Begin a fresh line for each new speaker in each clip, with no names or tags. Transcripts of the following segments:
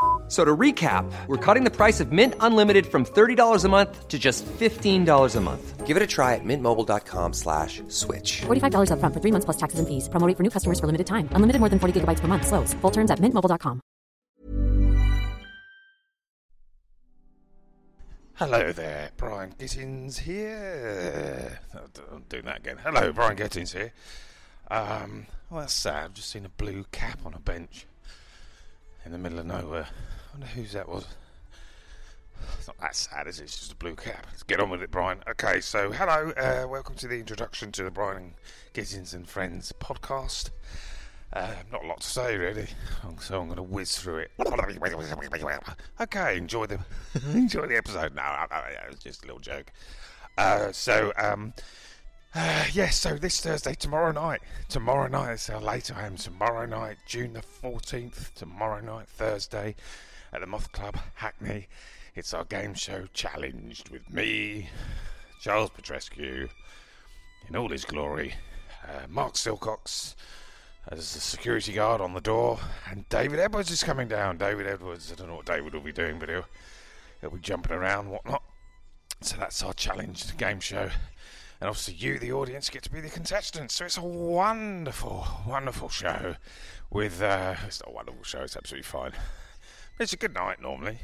a-" So to recap, we're cutting the price of Mint Unlimited from $30 a month to just $15 a month. Give it a try at mintmobile.com slash switch.
$45 upfront for three months plus taxes and fees. Promo rate for new customers for limited time. Unlimited more than 40 gigabytes per month. Slows. Full terms at mintmobile.com.
Hello there, Brian Gittins here. I'm doing that again. Hello, Brian Gittins here. Um, well, that's sad. I've just seen a blue cap on a bench in the middle of nowhere. I wonder whose that was. It's not that sad, is it? It's just a blue cap. Let's get on with it, Brian. Okay, so hello. Uh, welcome to the introduction to the Brian Gittins and Friends podcast. Uh, not a lot to say, really, Oh, so I'm going to whiz through it. Okay, enjoy the enjoy the episode. No, no, no, it was just a little joke. Uh, so, um, uh, yes, so this Thursday, tomorrow night, tomorrow night, that's how late I am. Tomorrow night, June the 14th, tomorrow night, Thursday, at the Moth Club, Hackney. It's our game show challenged with me, Charles Petrescu, in all his glory, uh, Mark Silcox as the security guard on the door, and David Edwards is coming down. David Edwards, I don't know what David will be doing, but he'll, he'll be jumping around and whatnot. So that's our challenge, the game show. And obviously, you, the audience, get to be the contestants. So it's a wonderful, wonderful show. With uh, it's not a wonderful show; it's absolutely fine. But it's a good night normally.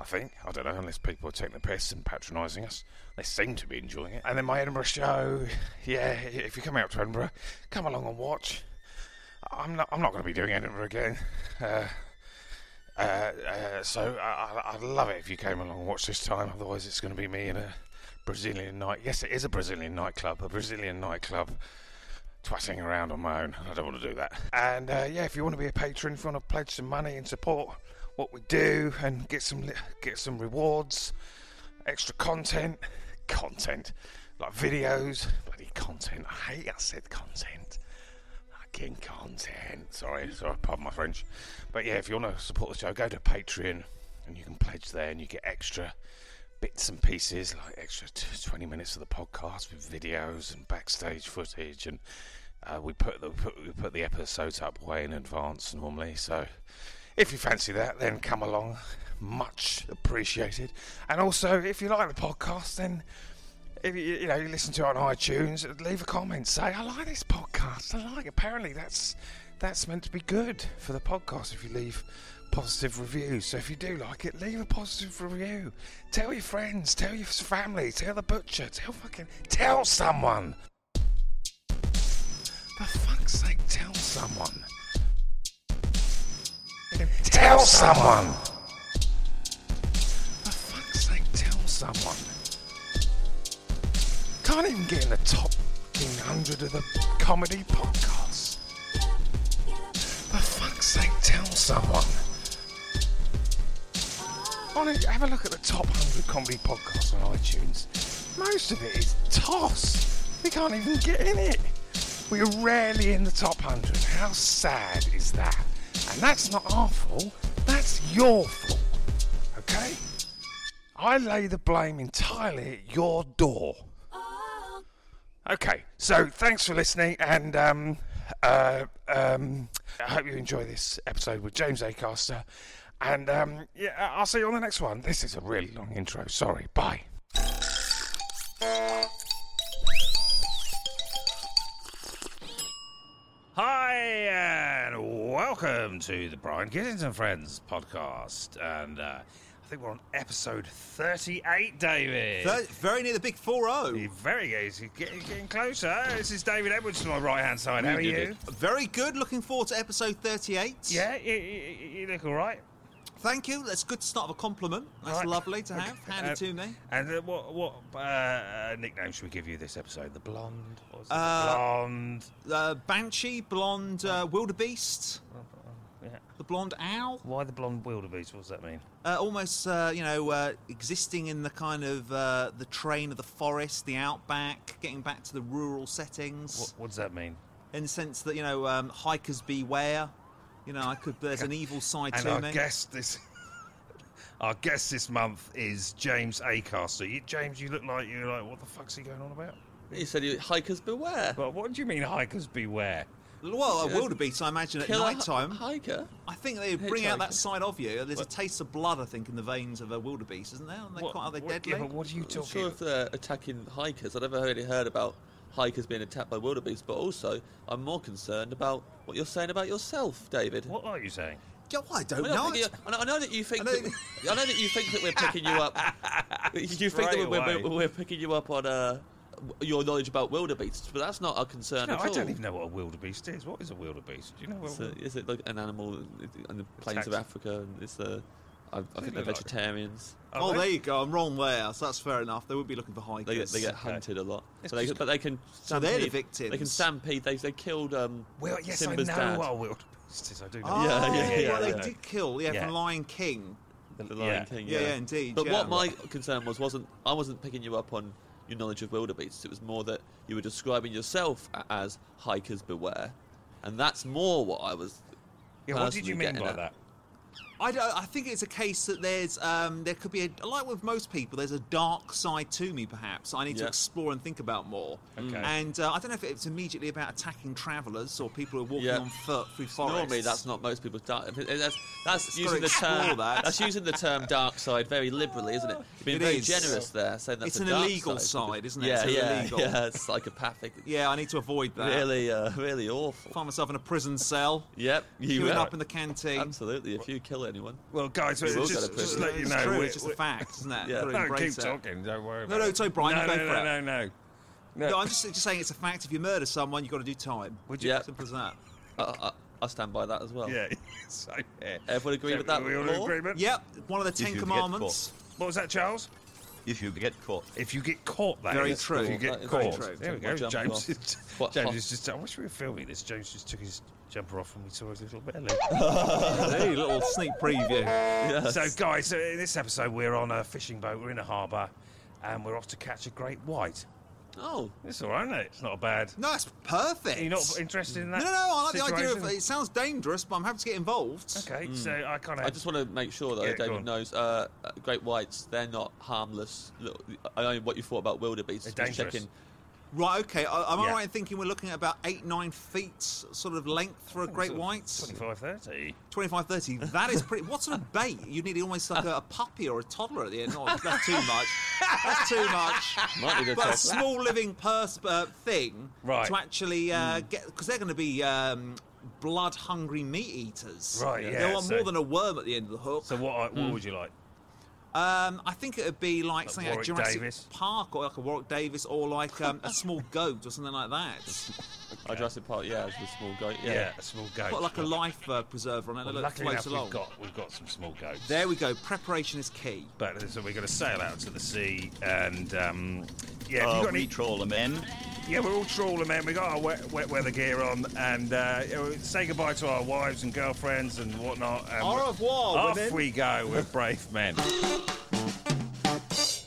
I think I don't know unless people are taking the piss and patronising us. They seem to be enjoying it. And then my Edinburgh show. Yeah, if you come out to Edinburgh, come along and watch. I'm not. I'm not going to be doing Edinburgh again. Uh, uh, uh, so I, I, I'd love it if you came along and watched this time. Otherwise, it's going to be me in a Brazilian night. Yes, it is a Brazilian nightclub. A Brazilian nightclub. Twatting around on my own. I don't want to do that. And uh, yeah, if you want to be a patron, if you want to pledge some money and support what we do and get some li- get some rewards, extra content, content like videos, bloody content. I hate I said content fucking content. Sorry, sorry, pardon my French. But yeah, if you want to support the show, go to Patreon and you can pledge there and you get extra bits and pieces, like extra t- 20 minutes of the podcast with videos and backstage footage. And uh, we, put the, put, we put the episodes up way in advance normally. So if you fancy that, then come along. Much appreciated. And also, if you like the podcast, then if you, you know you listen to it on iTunes, leave a comment. Say I like this podcast. I like. Apparently that's that's meant to be good for the podcast if you leave positive reviews. So if you do like it, leave a positive review. Tell your friends. Tell your family. Tell the butcher. Tell fucking. Tell someone. For fuck's sake, tell someone. Tell someone. For fuck's sake, tell someone. Can't even get in the top fucking hundred of the comedy podcasts. For fuck's sake, tell someone. Honestly, have a look at the top hundred comedy podcasts on iTunes. Most of it is toss. We can't even get in it. We're rarely in the top hundred. How sad is that? And that's not our fault. That's your fault. Okay? I lay the blame entirely at your door. Okay, so thanks for listening, and um, uh, um, I hope you enjoy this episode with James Acaster. And um, yeah, I'll see you on the next one. This is a really long intro. Sorry. Bye. Hi, and welcome to the Brian Gittins and Friends podcast. And uh,
I think we're on episode 38, David.
Very- Very near the big 4
You're
0.
very good. You're getting, getting closer. This is David Edwards to my right hand side. How are
You
you?
did
Very good. Looking forward to episode 38.
Yeah, you, you, you look all right.
Thank you. That's good to start with a compliment. That's
Right.
lovely to have.
Okay.
Hand
Uh,
it to me.
And uh, what what uh, uh, nickname should we give you this episode? The blonde. What was it?
Uh,
blonde.
Uh, Banshee, blonde uh, wildebeest,
uh, Yeah.
the blonde owl.
Why the blonde wildebeest? What does that mean?
Uh, almost, uh, you know, uh, existing in the kind of uh, the train of the forest, the outback, getting back to the rural settings.
What, what does that mean?
in the sense that you know um, hikers beware. You know, I could. There's an evil side
And
to
our
me.
guest this our guest this month is James Acaster. You, James, you look like you're like, what the fuck's he going on about?
He said, you- "Hikers beware."
But what do you mean hikers beware?
well, a wildebeest, I imagine, at
Kill a
night time.
hi- hiker.
I think they bring out
Hitchhiker.
that side of you. There's a taste of blood, I think, in the veins of a wildebeest, isn't there? And they
What-
quite, are they
what-
deadly?
Yeah, but what are you
I'm
talking?
sure if they're attacking hikers, I've never really heard about hikers being attacked by wildebeest. But also, I'm more concerned about what you're saying about yourself, David.
What are you saying?
Yeah, well, I don't
I, don't
know.
think you- I know- I know that you think.
I know-
that, I know that you think that we're picking you up. you think that
Straight
we're, we're,
away.
we're picking you up on uh, your knowledge about wildebeests, but that's not our concern
No,
at
I
all.
don't even know what a wildebeest is. What is a wildebeest? Do you know what?
It's a- is it like an animal in in the plains of
Attacks.
Africa? And it's uh, I, I think they're
look like-
vegetarians.
oh, there you go. I'm wrong there. So that's fair enough. They would be looking for hikers.
They get, they get hunted a lot, so they,
just-
but they can.
So they're the
stampede- They can
victims.
stampede. They they killed um,
Well, yes,
Simba's
I know Oh,
dad.
what a wildebeest is. I do know.
Oh,
Yeah, yeah, yeah,
well,
yeah.
they did kill. Yeah,
Yeah.
from Lion King.
The Lion
Yeah.
King.
Yeah, yeah, indeed,
But
yeah.
what my concern was wasn't I wasn't picking you up on your knowledge of wildebeests. It was more that you were describing yourself a- as hikers beware, and that's more what I was.
Yeah, what did
personally
you mean
getting
by
at.
that?
I, don't, I think it's a case that there's um, there could be a, like with most people there's a dark side to me perhaps I need to
Yeah.
explore and think about more
Okay.
and uh, I don't know if it's immediately about attacking travellers or people who are walking
Yeah.
on foot through forests
Normally, that's not most people's dark. if it- That's, that's
Just
using the
gotta
term.
explore that.
That's using the term dark side very liberally, isn't it? You've been
It
very
is.
generous there, saying that's
It's
a
an
dark
illegal side, isn't it?
Yeah,
It's
yeah,
illegal.
yeah. It's psychopathic.
yeah I need to avoid that
Really, uh, really awful.
find myself in a prison cell
Yep, you
queuing
will.
up in the canteen
Absolutely. If you kill anyone,
Well, guys,
You will
just,
go to
just,
prison.
let you
it's
know.
true
we're-
it's just a
we're-
fact isn't it
Yeah.
Gotta
No, keep
embrace it.
talking. Don't worry.
No,
about
no,
it.
sorry, Brian,
No,
you
no,
go
no,
for it.
no, no, no.
no I'm just, just saying it's a fact if you murder someone you've got to do time
Would
you- Yeah.
simple as that
I, I, I stand by that as well.
Yeah. so, yeah.
Everyone agree
So,
with that
We all in
law?
agreement.
yep one of the
you
ten
get
commandments
What was that, Charles?
If you get caught,
If you get caught, that
Very
is.
true.
If you
That
get
is very
caught.
true.
There we
Took
go.
my jumper
James,
off. What,
James
hot?
is just. I wish we were filming this. James just took his jumper off and we saw his little belly.
Hey, little sneak preview
So, guys, uh, in this episode, we're on a fishing boat. We're in a harbour, and we're off to catch a great white.
Oh,
It's all right, isn't it? It's not bad.
No, that's perfect.
Are you not interested in that?
No, no, no. I like the idea
situation?
of it. Sounds dangerous, but I'm happy to get involved.
Okay, so I kind of.
I just want to make sure though,
Yeah, go on.
David knows. Uh, uh, great whites, they're not harmless. Look, I know what you thought about wildebeest.
They're
Just
dangerous.
checking.
Right. Okay. I- Am I
Yeah.
right in thinking we're looking at about eight, nine feet sort of length
Oh,
for a great white?
25, 30.
25, 30. That is pretty. What sort of bait? You need almost like a, a puppy or a toddler at the end. No, that's too much. That's too much.
Might be the
But a
top.
small living pers- uh, thing
Right. Hmm.
to actually uh, get because they're going to be um, blood hungry meat eaters.
Right, yeah,
They want
so-
more than a worm at the end of the hook.
So, what, I,
Mm.
what would you like?
Um, I think it would be like, something like
Warwick
Jurassic
Davis?
Park or like a Warwick Davis or like um, a small goat or something like that.
Oh, Jurassic Park, yeah, it's a small goat. Yeah.
a small goat.
Got like a life uh, preserver on it
Well,
that
luckily
floats
enough,
along.
we've got, we've got some small goats.
There we go. Preparation is key.
But uh, so we're going to sail out to the sea, and um, yeah, if you
uh,
got any,
we trawl them in.
Yeah, we're all trawling, man. We got our wet, wet weather gear on, and uh, yeah, we say goodbye to our wives and girlfriends and whatnot. And
Au
we're-
revoir,
Off
women.
we go. We're brave men.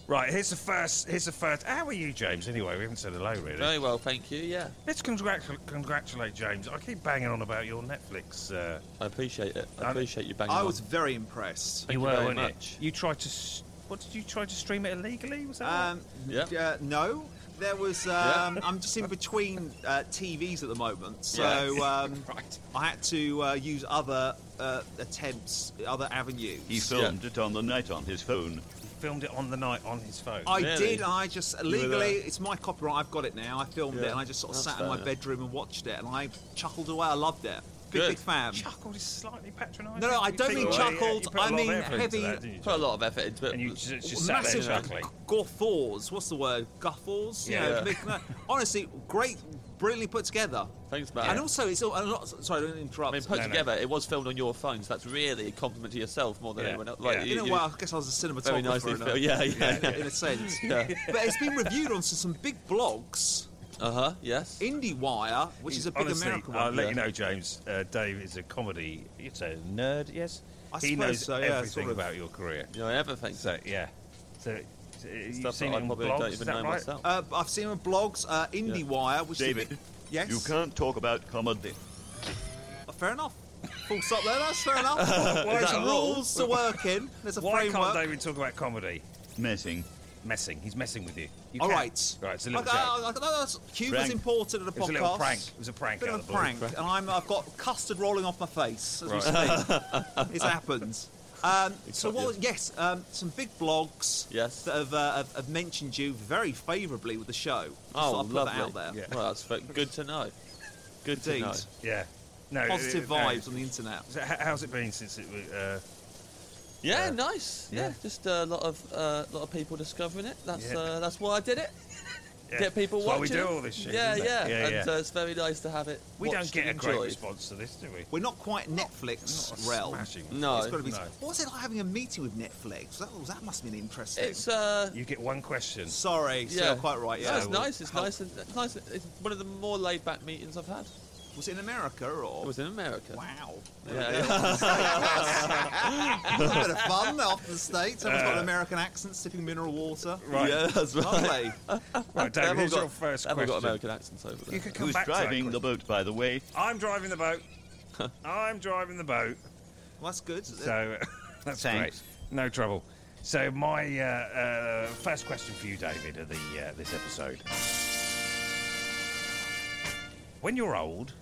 Right, here's the first. Here's the first. How are you, James? Anyway, we haven't said hello really.
Very well, thank you. Yeah,
Let's congratu- congratulate James. I keep banging on about your Netflix. Uh,
I appreciate it. I
Um,
appreciate you banging.
I
on.
was very impressed.
you very
weren't it?
much.
You tried to. s- What did you try to stream it illegally? Was that?
Um,
Yeah.
d- uh, no, there was. Um, I'm just in between uh, TVs at the moment, so
Yeah.
um,
Right.
I had to uh, use other uh, attempts, other avenues.
He filmed it on the night on his phone.
He filmed it on the night on his phone.
I
Really?
did. I just
were
legally,
there.
it's my copyright. I've got it now. I filmed it,
Yeah,
and I just sort of
that's
sat in my
fair.
bedroom and watched it, and I chuckled away. I loved it. Big big,
Good.
big fan.
Chuckled is slightly patronising.
No, no, I
You
don't
think-
mean
Oh,
chuckled,
you put a
I
lot of
mean
effort into
heavy-
that, didn't you,
Put a
John?
lot of effort into it.
And you just, just sat there
Massive
chuckling.
g- guffaws. What's the word? Guffaws. You know,
Yeah.
big- no, honestly, great, brilliantly put together.
Thanks, man.
And also, it's all. I'm not, sorry, I don't interrupt.
I mean, put
No, no.
together, it was filmed on your phone, so that's really a compliment to yourself more than
Yeah.
anyone else. Like,
Yeah.
you know what? I guess I was a cinematographer.
very nicely
in a-
filmed. Yeah, yeah.
in a sense. But it's been reviewed on some big blogs,
Uh huh. Yes.
IndieWire, which is a big
Honestly,
American
I'll
one.
let you know, James. Uh, Dave is a comedy. You'd say a nerd, yes.
I
he
suppose
knows
so, yeah,
everything
sort of.
about your career.
You know everything.
So yeah. So, so
Stuff
you've
that
seen
I
him
probably
blogs,
don't
is
even
that
know
right?
myself.
Uh, I've seen on blogs, uh, IndieWire, which is a
David,
big, yes, Uh,
you can't talk about comedy.
fair enough. Full stop there. That's fair enough. There's
that a rule?
rules to work in. There's a
Why
framework.
can't David talk about comedy?
Messing.
Messing. He's messing with you. You
All
can't.
right.
Right. It's a little
Okay,
joke.
I- I- I- that's- Humour's
Prank.
important in a
It was
podcast.
a little prank. It was a prank
Bit
out
of a
of the blue.
prank, and I'm, I've got custard rolling off my face as we speak. it happens. Um, so what? was- Yes, um, some big blogs
Yes.
that have, uh, have, have mentioned you very favourably with the show. Just thought
Oh,
I'd put
lovely.
that out there.
Yeah.
Well, that's fa- good to know. Good to
Indeed.
know.
Yeah. No.
Positive
uh, no.
vibes on the internet.
So h- how's it been since it? was, Uh,
Yeah, nice. Yeah,
yeah.
just a lot of uh, lot of people discovering it. That's
Yeah.
uh, that's why I did it.
yeah.
Get people
That's why
watching.
we do
it.
all this shit.
Yeah,
isn't it?
yeah.
yeah,
and
yeah.
Uh, it's very nice to have it.
we don't
watched
get a
and
great
enjoyed.
response to this, do we?
We're not quite Netflix
Not a
realm.
smashing-
No.
It's got to be.
No.
What was it like having a meeting with Netflix? That, was- that must have been interesting.
It's uh,
You get one question.
Sorry, so
yeah,
you're quite right.
No,
Yeah,
it's
well,
nice. It's nice. And, it's nice. It's one of the more laid back meetings I've had.
was it in America or?
It was in America.
Wow.
Yeah, yeah.
Have a bit of fun off the States. Everyone's got an American accent, sipping mineral water.
Right.
yeah, that's right.
Lovely.
Right, David,
They've all
here's
got,
your first
they've all
question.
got American accents over there.
You could come
Who's
back to that
driving the
question.
boat, by the way?
I'm driving the boat. I'm driving the boat.
Well, that's good.
So that's
Thanks.
great. No trouble. So my uh, uh, first question for you, David, of the uh, this episode. When you're old,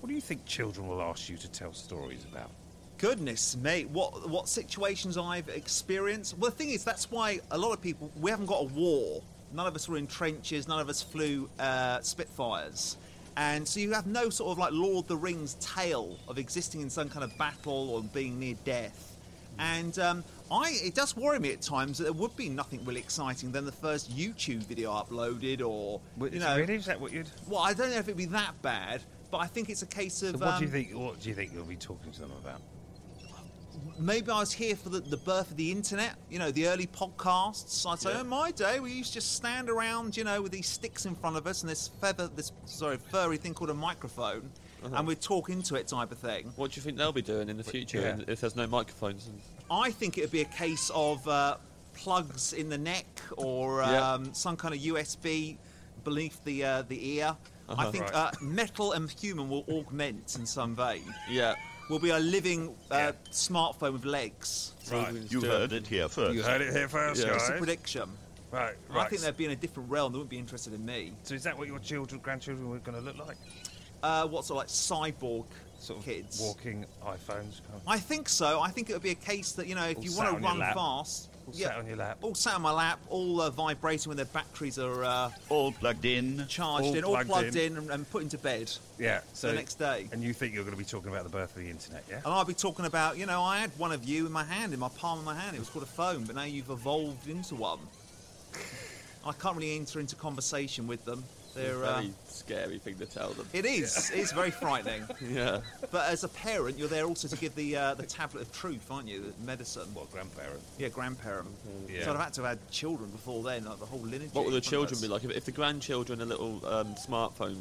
what do you think children will ask you to tell stories about?
Goodness me, what what situations I've experienced. Well, the thing is, that's why a lot of people we haven't got a war. None of us were in trenches. None of us flew uh, Spitfires, and so you have no sort of like Lord of the Rings tale of existing in some kind of battle or being near death. And um, I, it does worry me at times that there would be nothing really exciting than the first YouTube video I uploaded, or
Well,
you
is-
know,
really, is that what you'd?
well, I don't know if it'd be that bad, but I think it's a case of
So what do you
um,
think? What do you think you'll be talking to them about?
maybe I was here for the, the birth of the internet, you know, the early podcasts. I'd say, in my day, we used to just stand around, you know, with these sticks in front of us and this feather, this, sorry, furry thing called a microphone,
Uh-huh.
and we'd talk into it type of thing.
What do you think they'll be doing in the future
yeah.
in- if there's no microphones? And
I think it'd be a case of uh, plugs in the neck or
Yeah.
um, some kind of USB beneath the, uh, the ear. I think
Uh-huh. Right.
uh, metal and human will augment in some way.
yeah,
We'll be a living uh,
Yeah.
smartphone with legs.
Right.
You heard it here first.
You heard it here first,
Yeah.
It's
guys.
a prediction.
right,
I
right.
think they'd be in a different realm. They wouldn't be interested in me.
So is that what your children, grandchildren, were going to look like?
Uh, what sort of like cyborg
Sort of
kids?
walking iPhones. Kind of.
I think so. I think it would be a case that you know, if
All
you
sat
want
on
to
your
run
lap.
fast,
All sat on your lap.
all sat on my lap, all uh, vibrating when their batteries are uh,
All plugged in.
charged
All
in, all
plugged
plugged
in.
in, and, and put into bed.
Yeah. So
next day.
And you think you're going to be talking about the birth of the internet, yeah?
And I'll be talking about, you know, I had one of you in my hand, in my palm of my hand. It was called a phone, but now you've evolved into one. I can't really enter into conversation with them. They're. Uh,
very scary thing to tell them.
it is. It's very frightening.
Yeah.
But as a parent, you're there also to give the uh, the tablet of truth, aren't you? The medicine.
What grandparent?
Yeah, grandparent.
Yeah.
So I'd have had to have had children before then, like the whole lineage.
What will the
in front of
children be
us.
like? If, if the grandchildren are little um, smartphone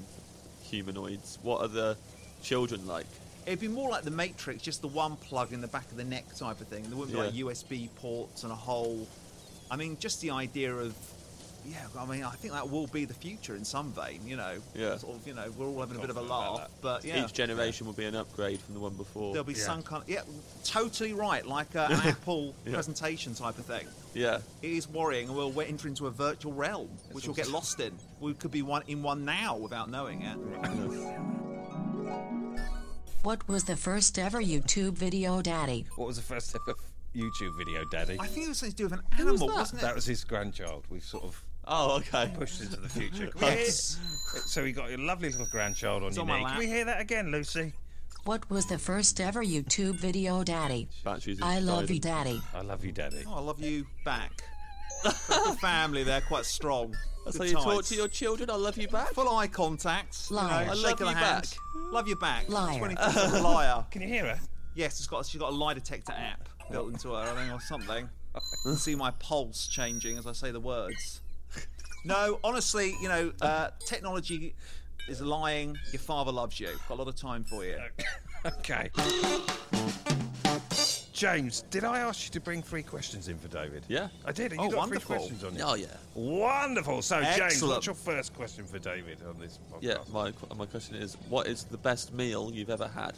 humanoids, what are the children like?
It'd be more like the Matrix, just the one plug in the back of the neck type of thing. There wouldn't be
Yeah.
like USB ports and a hole. I mean, just the idea of. Yeah, I mean, I think that will be the future in some vein, you know.
Yeah.
Sort of, you know, we're all having a bit of a
Confident about
laugh, but yeah.
Each generation will be an upgrade from the one before.
There'll be
Yeah.
some kind of. Yeah, totally right, like uh, an Apple presentation type of thing.
Yeah.
It is worrying, and we'll enter into a virtual realm, which we'll get lost in. We could be one in one now without knowing it.
What was the first ever YouTube video, Daddy?
What was the first ever YouTube video, Daddy?
I think it was something to do with an
Who was
animal,
that?
was not it?
That was his grandchild. We've sort of
Oh, okay.
pushed into the future.
Yes.
so we got a lovely little grandchild on
It's
your
on my
knee. Can
lap.
we hear that again, Lucy?
What was the first ever YouTube video, Daddy?
Batteries.
I love
inside.
you, Daddy.
I love you, Daddy.
Oh, I love you back. the family there, quite strong.
That's how
Good
you talk
tights.
to your children. I love you back.
Full eye contacts.
Liar.
You know,
I
shake
love
of the
you
hand.
back.
Love you back.
Liar.
24 liar.
Can you hear her?
Yes, it's got, she's got a lie detector app built into her, I think, or something. I can see my pulse changing as I say the words. No, honestly, you know, uh, technology is lying. Your father loves you. Got a lot of time for you.
Okay. James, did I ask you to bring three questions in for David?
Yeah.
I did. and You
Oh,
got
wonderful.
three questions on you.
Oh yeah.
Wonderful. So, James,
Excellent.
what's your first question for David on this podcast?
Yeah. My qu- my question is, what is the best meal you've ever had?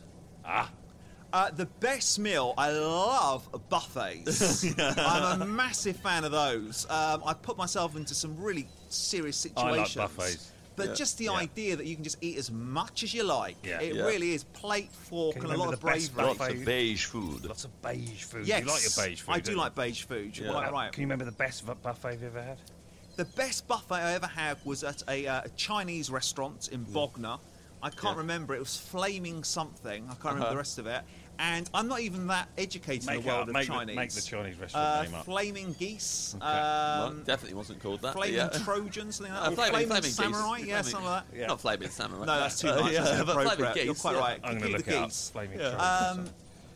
Uh, the best meal, I love buffets. I'm a massive fan of those. Um, I put myself into some really serious
I like
situations.
buffets.
But just the idea that you can just eat as much as you like,
Yeah.
it
Yeah.
really is plate, fork,
Can you
and a lot
remember
of
the best
bravery.
Lots of
Food.
beige food.
Lots of beige food.
Yes,
You like your beige food?
I
don't
do
you?
like beige food. You're
Yeah.
quite right.
Can you remember the best v- buffet you've ever had?
The best buffet I ever had was at a, uh, a Chinese restaurant in Bognor. I can't
Mm. Yeah. Uh-huh.
remember. It was flaming something. I can't remember the rest of it. And I'm not even that educated
Make
in the
it
world
up.
of
Make the-
Chinese.
make the Chinese restaurant
uh,
name up.
Flaming geese.
Well,
Um,
definitely wasn't called that. but
flaming
Uh, yeah.
Trojans. Something like
Uh,
that. Or
flaming,
flaming,
flaming geese.
samurai. Yeah,
Flaming-
something like that.
Not flaming samurai.
No, that's too
Uh,
much.
yeah,
that's
but flaming
inappropriate. You're
geese,
quite
yeah.
right.
I'm
Keep
going to look
the
it up.
geese.
Flaming
Yeah.
Trojans.
Um,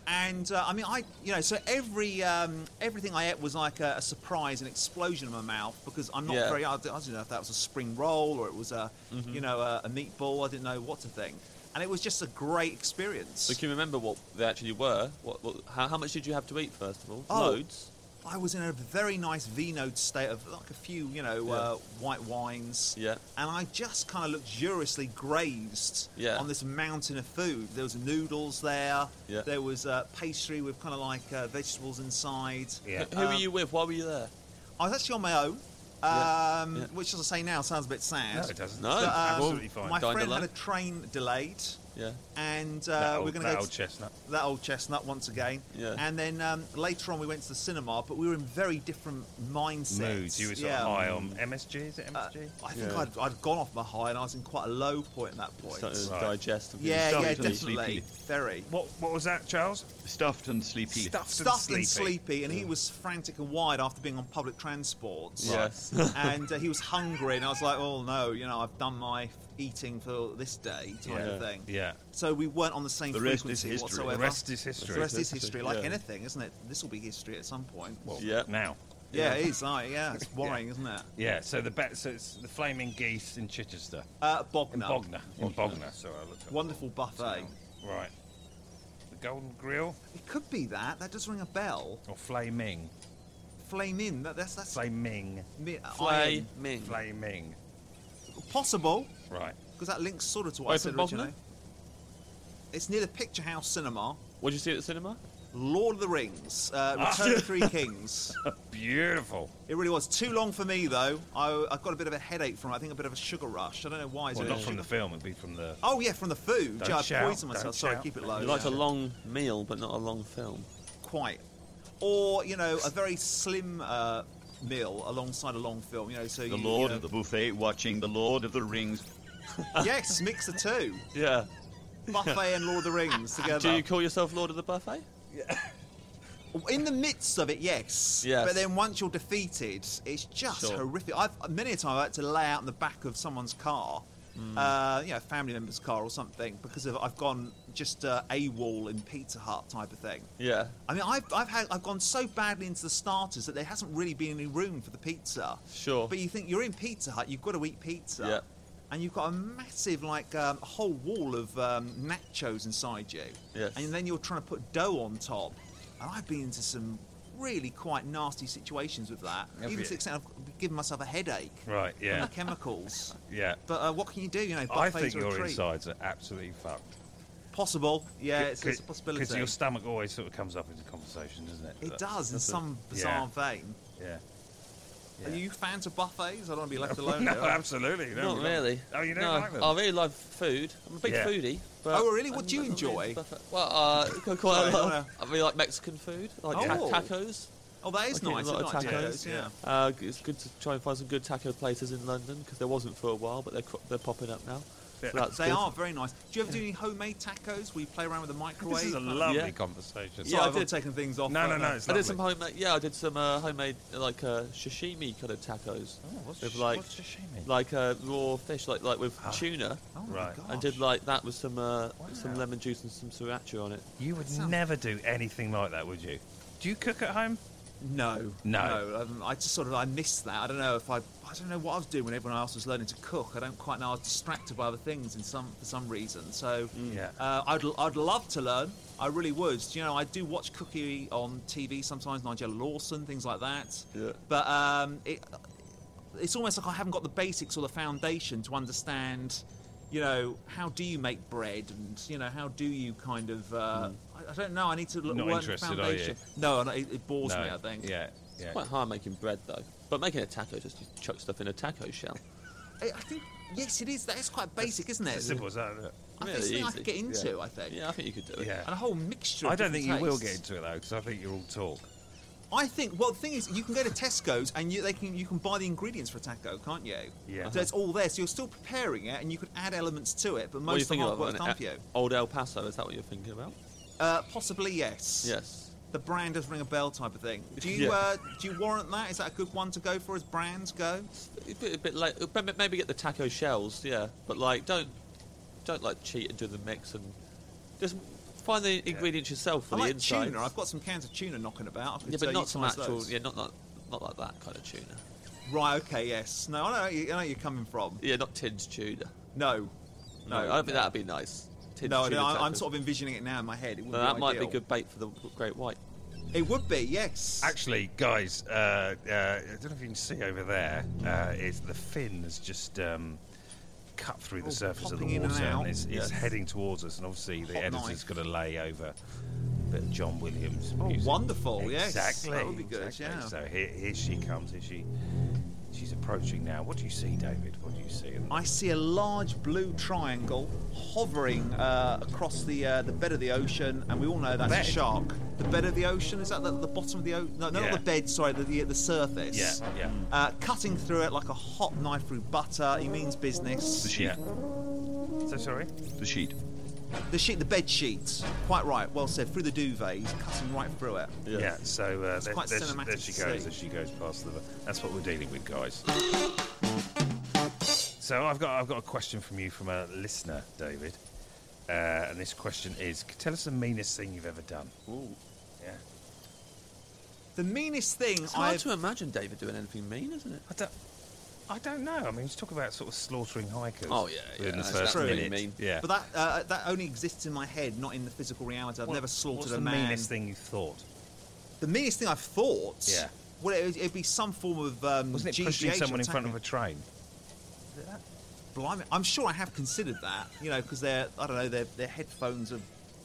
and uh, I mean, I you know, so every um, everything I ate was like a, a surprise, an explosion in my mouth because I'm not
Yeah. Mm-hmm.
very. I d- I didn't know if that was a spring roll or it was a you know a, a meatball. I didn't know what to think, and it was just a great experience.
So can you remember what they actually were? What, what, how, how much did you have to eat first of all?
Oh.
Loads.
I was in a very nice vinoed state of like a few, you know,
Yeah.
uh, white wines.
Yeah.
And I just kind of luxuriously grazed
Yeah.
on this mountain of food. There was noodles there.
Yeah.
There was uh, pastry with kind of like uh, vegetables inside.
Yeah.
Who were
Um,
you with? Why were you there?
I was actually on my own,
Yeah.
um,
Yeah.
which, as I say now, sounds a bit sad.
No, it doesn't.
No.
It's
Um,
absolutely fine.
My
Dined
friend
alone?
had a train delayed,
Yeah.
and
That
uh,
old-
we're going to
that
go
old
to
chestnut.
that old chestnut once again.
Yeah.
And then um, later on, we went to the cinema, but we were in very different mindsets.
Moods. You were sort
yeah. um,
of high on MSG. Is it
Uh,
MSG?
I think
Yeah.
I'd, I'd gone off my high, and I was in quite a low point at that point.
Started to
Right.
digest. and
yeah,
feel
yeah,
sleepy.
definitely, very.
What What was that, Charles?
Stuffed and sleepy.
Stuffed and sleepy, and he was frantic and wide after being on public transport.
Yes.
and uh, he was hungry, and I was like, "Oh no, you know, I've done my eating for this day type of
Yeah.
thing."
Yeah.
So we weren't on the same
The rest is
frequency
history. The
whatsoever.
rest is history.
The rest is history,
History,
like
yeah.
anything, isn't it? This will be history at some point.
Well,
Yeah.
Now.
yeah, it is. Like, yeah, it's worrying, isn't it?
Yeah. So the bet. So it's the flaming geese in Chichester.
Uh,
In
Bognor.
Bognor. In Bognor. So I looked up.
Wonderful buffet.
Right. The Golden Grill
It could be that. That does ring a bell.
or Flaming?
Flame in. That, that's that's
Flaming.
mi-
Fly
iron.
Ming.
Flaming.
possible
Right.
because that links sort of to what I
Open
said
Bognor?
originally. It's near the Picture House Cinema.
What did you see at the cinema?
Lord of the Rings, uh,
Ah.
Return of the Three Kings.
Beautiful.
It really was too long for me though. I, I got a bit of a headache from. it. I think a bit of a sugar rush. I don't know why. Is
Well,
it
not
a
from
sugar-
the film. It'd be from the.
Oh yeah, from the food.
Don't
yeah, I
shout,
poisoned myself.
don't
Sorry,
shout.
keep it low.
You liked
Oh, yeah.
a long meal, but not a long film.
quite, or you know, a very slim uh, meal alongside a long film. You know, so
The
you,
Lord
you
of the
know-
Buffet watching The Lord of the Rings.
yes, mix the two,
Yeah.
buffet and Lord of the Rings
Do
together.
you call yourself Lord of the Buffet?
In the midst of it, yes.
Yes.
But then once you're defeated, it's just
Sure.
horrific. I've many a time I had to lay out in the back of someone's car,
Hmm.
uh, you know, family member's car or something, because of, I've gone just uh, a wall in Pizza Hut type of thing.
Yeah.
I mean, I've, I've, had, I've gone so badly into the starters that there hasn't really been any room for the pizza.
Sure.
But you think you're in Pizza Hut, you've got to eat pizza.
Yeah.
And you've got a massive, like, um, whole wall of um, nachos inside you.
Yes.
And then you're trying to put dough on top. And I've been into some really quite nasty situations with that.
Have
Even to
you?
the extent I've given myself a headache.
Right.
from
Yeah.
the chemicals.
Yeah.
But uh, what can you do? You know,
I
buffets
think
are a
your
treat.
insides are absolutely fucked.
Possible. Yeah, it's, it's a possibility.
Because your stomach always sort of comes up in conversation, doesn't it?
it does in
That's a-
some
yeah.
bizarre vein.
Yeah.
Are you fans of buffets? I don't want to be left alone.
No,
here.
absolutely. No,
not
we don't-
really.
Oh, you don't
no,
like them?
I really love food. I'm a big
Yeah.
foodie. But
Oh, really? What do you
I'm not really
enjoy?
buffet- Well, uh, quite
Sorry,
a lot.
no,
I really like Mexican food. I like
Oh.
ta- tacos.
Oh, that is
I
nice.
eat a lot
isn't
of
it?
tacos.
yeah.
Uh, g- it's good to try and find some good taco places in London because there wasn't for a while, but they're cro- they're popping up now. So that's
They
good.
are very nice. Do you ever do any homemade tacos where you play around with the microwave?
This is a
Kind of-
lovely
Yeah.
conversation.
Sorry,
Yeah, I
I've all
did.
taken things off.
No, no,
right
no.
now.
It's
I did some
lovely.
homemade. Yeah, I did some uh, homemade like uh, sashimi kind of tacos
Oh,
with like like uh, raw fish, like like with tuna,
Oh my
Right.
gosh.
and did like that with some uh, with some lemon juice and some sriracha on it.
You would never do anything like that, would you? Do you cook at home?
No,
No.
Um, I just sort of I missed that. I don't know if I I don't know what I was doing when everyone else was learning to cook. I don't quite know. I was distracted by other things in some for some reason. So
Mm.
Yeah.
uh, I'd l- I'd love to learn. I really would. You know, I do watch Cookie on TV sometimes. Nigella Lawson, things like that.
Yeah.
But um, it it's almost like I haven't got the basics or the foundation to understand. You know, how do you make bread, and you know, how do you kind of? Uh, I, I don't know. I need to look
Mm. Not
learn the
interested, are you?
foundation. No, no, it, it bores me. I think.
Yeah. Yeah.
Quite hard making bread though, but making a taco just you chuck stuff in a taco shell.
I I think yes, it is. That is quite basic, isn't it?
As simple as that. isn't it?
I
Really
think it's something I
easy.
could get into.
Yeah.
I think.
Yeah, I think you could do it.
Yeah.
And a whole mixture. Of
I don't think you
different
will get
tastes.
into it though, because I think you're all talk.
I think. Well, the thing is, you can go to Tesco's and you, they can you can buy the ingredients for a taco, can't you?
Yeah.
So it's all there. So you're still preparing it, and you could add elements to it. But
What are you
most of the
thinking
hard
of?
work's
An
done
e-
for you.
Old El Paso? Is that what you're thinking about?
Uh, possibly yes.
Yes.
The brand does ring a bell type of thing. Do you
Yeah.
uh, do you warrant that? Is that a good one to go for as brands go?
A bit, a bit like but maybe get the taco shells, yeah. But like, don't don't like cheat and do the mix and just find the ingredients yourself for
I
the
like
inside.
tuna. I've got some cans of tuna knocking about. I could,
yeah, but
uh,
not some
utilise
actual.
those.
Yeah, not like not like that kind of tuna.
Right. Okay. Yes. No. I know. I know where you're coming from.
Yeah, not tinned tuna.
No.
No, I don't think that'd be nice. Tinned
No,
tuna
no I, I'm
tacos.
sort of envisioning it now in my head. It would
No,
be
that might be
ideal.
good bait for the great white.
It would be, yes.
Actually, guys, uh, uh, I don't know if you can see over there. Uh, it's the fin has just um, cut through the
Oh,
surface of the
popping in and
water and,
out.
it's,
Yes.
it's heading towards us. And obviously, the
Hot
editor's
knife.
going to lay over a bit of John Williams.
Oh,
music.
wonderful, yes. That
Exactly.
would be good,
exactly.
yeah.
So here, here she comes. Here she, she's approaching now. What do you see, David? What do you see? And
I see a large blue triangle hovering uh, across the uh, the bed of the ocean, and we all know that's
Bed?
a shark. The bed of the ocean is that the, the bottom of the ocean? No, no,
Yeah.
not the bed. Sorry, the the, the surface.
Yeah, yeah.
Uh, cutting through it like a hot knife through butter. He means
The
business.
sheet.
So sorry.
The sheet.
The sheet, the bed sheets. Quite right. Well said. Through the duvet, he's cutting right through it.
Yeah. So uh, there,
quite
there she-
cinematic
there she
to
goes.
see.
There she goes past the. That's what we're dealing with, guys. So I've got I've got a question from you from a listener, David, uh, and this question is: c- Tell us the meanest thing you've ever done. Yeah.
The meanest thing
It's hard
I've
to imagine David doing anything mean, isn't it?
I don't. I don't know. I mean, he's talking about sort of slaughtering hikers.
Oh, yeah, yeah,
In the
that's-
first
that's really
minute.
mean.
Yeah.
But that uh, that only exists in my head, not in the physical reality. I've
What-
never slaughtered
what's
a
the
man.
meanest thing you thought?
The meanest thing I've thought.
Yeah.
Well, it, it'd be some form of um,
Wasn't it
GGH
pushing someone in front of a
attacking-
train?
Blimey, I'm sure I have considered that. You know, because they're I don't know their their headphones have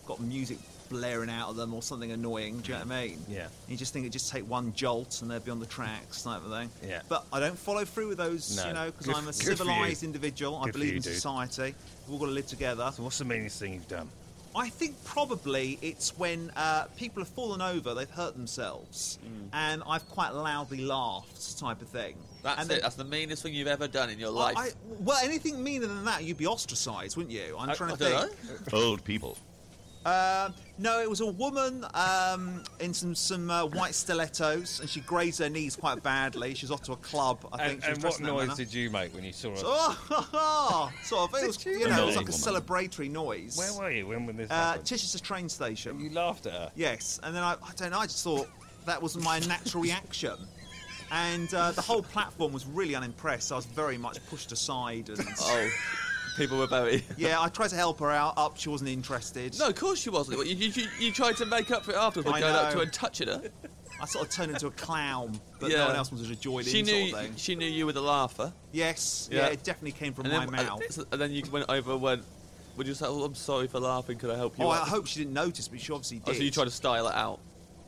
got music blaring out of them or something annoying. Do you know what I mean?
Mm. Yeah.
And you just think it just take one jolt and they'll be on the tracks, type of thing.
Yeah.
But I don't follow through with those.
No.
You know, because
Good-
I'm a
good for you.
civilized individual. I
Good for
believe
you,
in
dude.
society. We've all got to live together.
So what's the meanest thing you've done?
I think probably it's when uh, people have fallen over, they've hurt themselves,
Mm.
and I've quite loudly laughed, type of thing.
That's
and
it.
then-
That's the meanest thing you've ever done in your
I-
life.
I- well, anything meaner than that, you'd be ostracised, wouldn't you? I'm trying
I
to
dunno.
think.
Old people.
Um, no, it was a woman um, in some some uh, white stilettos, and she grazed her knees quite badly. She's off to a club, I think.
And,
she was
and
dressed
what
in that
noise
manner.
did you make when you saw it?
Oh, sort of. It was, you know, it was like a
Unbelievable.
celebratory noise.
Where were you when, when this
uh,
happened?
Chichester train station.
You laughed at her.
Yes, and then I, I don't know. I just thought that was my natural reaction, and uh, the whole platform was really unimpressed. I was very much pushed aside, and
Oh, people were very.
yeah, I tried to help her out. Up, she wasn't interested.
No, of course she wasn't. You, you, you- you tried to make up for it afterwards by
I
going up to
know.
her and touching her.
I sort of turned into a clown, but
Yeah.
no one else was joined
She
in.
knew
sort of thing.
she knew you were the laugher.
yes, yeah.
Yeah.
it definitely came from
And
my
then, uh,
mouth.
and- and then you went over and went, would you say, oh, I'm sorry for laughing, could I help you?
Oh, I
out?"
hope she didn't notice, but she obviously did.
Oh, so you tried to style it out.